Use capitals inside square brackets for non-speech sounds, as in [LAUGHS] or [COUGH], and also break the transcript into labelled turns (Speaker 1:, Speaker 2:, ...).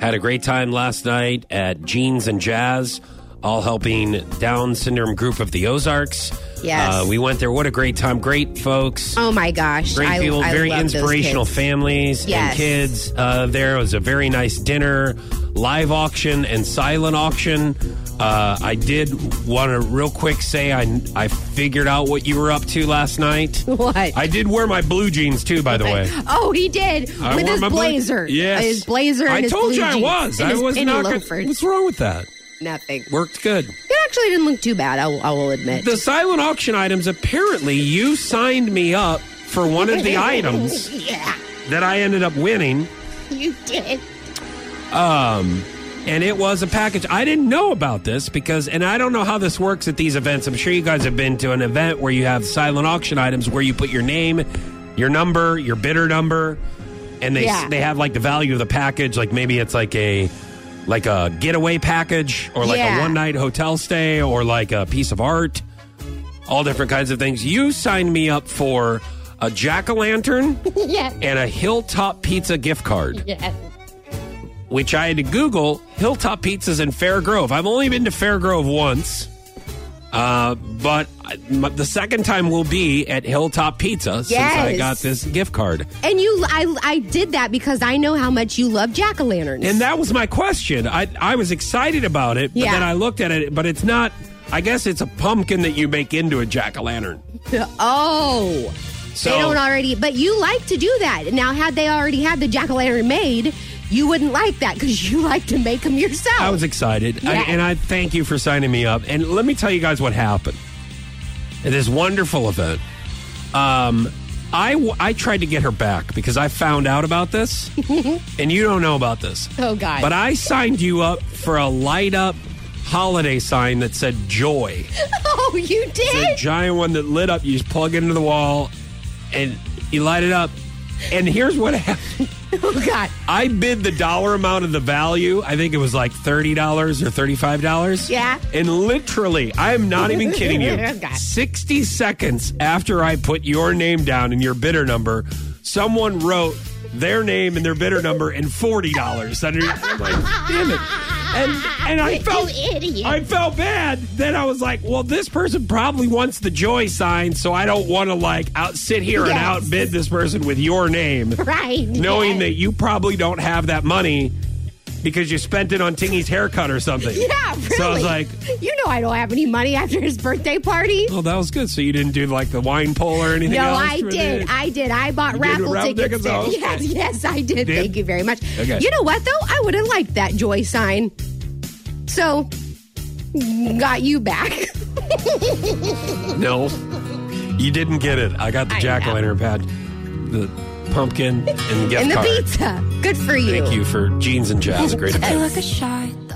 Speaker 1: Had a great time last night at Jeans and Jazz, all helping Down Syndrome Group of the Ozarks.
Speaker 2: Yes.
Speaker 1: Uh, we went there. What a great time. Great folks.
Speaker 2: Oh my gosh.
Speaker 1: Great
Speaker 2: I,
Speaker 1: people,
Speaker 2: I
Speaker 1: very
Speaker 2: love those
Speaker 1: inspirational
Speaker 2: kids.
Speaker 1: families and
Speaker 2: Yes.
Speaker 1: kids uh, there. It was a very nice dinner, live auction and silent auction. Uh, I did want to real quick say I I figured out what you were up to last night.
Speaker 2: [LAUGHS] What?
Speaker 1: I did wear my blue jeans too,
Speaker 2: [LAUGHS]
Speaker 1: by the way.
Speaker 2: Oh, he did
Speaker 1: I
Speaker 2: with
Speaker 1: wore
Speaker 2: his
Speaker 1: my blue-
Speaker 2: blazer. Uh,
Speaker 1: Yes,
Speaker 2: his blazer. And
Speaker 1: I
Speaker 2: his
Speaker 1: told
Speaker 2: blue
Speaker 1: you I
Speaker 2: jeans.
Speaker 1: was.
Speaker 2: And
Speaker 1: I
Speaker 2: his
Speaker 1: was
Speaker 2: penny
Speaker 1: not. Gonna,
Speaker 2: loafers.
Speaker 1: what's wrong with that?
Speaker 2: Nothing.
Speaker 1: Worked good.
Speaker 2: It actually didn't look too bad. I'll, I will admit.
Speaker 1: The silent auction items. Apparently, you signed me up for one
Speaker 2: [LAUGHS]
Speaker 1: of the items
Speaker 2: yeah,
Speaker 1: that I ended up winning.
Speaker 2: you did.
Speaker 1: and it was a package. I didn't know about this because, and I don't know how this works at these events. I'm sure you guys have been to an event where you have silent auction items where you put your name, your number, your bidder number, and they
Speaker 2: Yeah.
Speaker 1: they have like the value of the package. Like maybe it's like a like a getaway package or like a
Speaker 2: Yeah.
Speaker 1: one night hotel stay or like a piece of art, all different kinds of things. You signed me up for a jack o'
Speaker 2: [LAUGHS]
Speaker 1: lantern
Speaker 2: yeah.
Speaker 1: and a Hilltop Pizza gift card
Speaker 2: Yeah.
Speaker 1: which I had to Google Hilltop Pizzas in Fair Grove. I've only been to Fair Grove once, uh, but I- m- the second time will be at Hilltop Pizza since I
Speaker 2: Yes.
Speaker 1: got this gift card.
Speaker 2: And you, I, I did that because I know how much you love jack o' lanterns.
Speaker 1: And that was my question. I, I was excited about it, but
Speaker 2: Yeah.
Speaker 1: then I looked at it, but it's not, I guess it's a pumpkin that you make into a jack o' lantern.
Speaker 2: [LAUGHS] oh.
Speaker 1: So,
Speaker 2: they don't already, but you like to do that. Now, had they already had the jack o' lantern made, you wouldn't like that because you [LAUGHS] like to make them yourself.
Speaker 1: I was excited, I,
Speaker 2: Yeah.
Speaker 1: and I thank you for signing me up. And let me tell you guys what happened at this wonderful event. Um, I w- I tried to get her back because I found out about
Speaker 2: [LAUGHS]
Speaker 1: this, and you don't know about this.
Speaker 2: Oh, God.
Speaker 1: But I signed you up for a light up holiday sign that said "Joy."
Speaker 2: [LAUGHS] oh, you [LAUGHS]
Speaker 1: The
Speaker 2: did?
Speaker 1: giant one that lit up. You just plug it into the wall, and you light it up. And here's what happened.
Speaker 2: Oh, God.
Speaker 1: I bid the dollar amount of the value. I think it was like $30 or $35.
Speaker 2: Yeah. Oh,
Speaker 1: And literally, I'm not even kidding
Speaker 2: [LAUGHS]
Speaker 1: you.
Speaker 2: Okay.
Speaker 1: 60 seconds after I put your name down and your bidder number, someone wrote their name and their bidder number and $40 underneath. I'm like, damn it. And, and I felt
Speaker 2: [LAUGHS] You idiot.
Speaker 1: I felt bad. Then I was like, well, this person probably wants the joy sign, so I don't want to like out sit here and
Speaker 2: Yes.
Speaker 1: outbid this person with your name
Speaker 2: Right.
Speaker 1: knowing
Speaker 2: yes.
Speaker 1: that you probably don't have that money because you spent it on Tingy's haircut or something.
Speaker 2: Yeah, really.
Speaker 1: So I was like,
Speaker 2: you know, I don't have any money after his birthday party.
Speaker 1: oh, that was good. So you didn't do like the wine pull or anything
Speaker 2: No,
Speaker 1: else?
Speaker 2: I
Speaker 1: for
Speaker 2: did.
Speaker 1: the-
Speaker 2: I did. I bought
Speaker 1: You did
Speaker 2: raffle
Speaker 1: raffle
Speaker 2: tickets.
Speaker 1: tickets?
Speaker 2: there.
Speaker 1: Oh, okay.
Speaker 2: [LAUGHS] Yes, yes, I
Speaker 1: Did?
Speaker 2: did. Thank you very much.
Speaker 1: Okay.
Speaker 2: You know what though? I would have liked that joy sign. So, got you back.
Speaker 1: [LAUGHS]
Speaker 2: [LAUGHS]
Speaker 1: no, you didn't get it. I got the
Speaker 2: I
Speaker 1: jack o' lantern pad, the pumpkin, and the gift
Speaker 2: and the
Speaker 1: card.
Speaker 2: pizza. Good for you. [LAUGHS]
Speaker 1: Thank you for jeans and jazz. Great event.
Speaker 3: a shot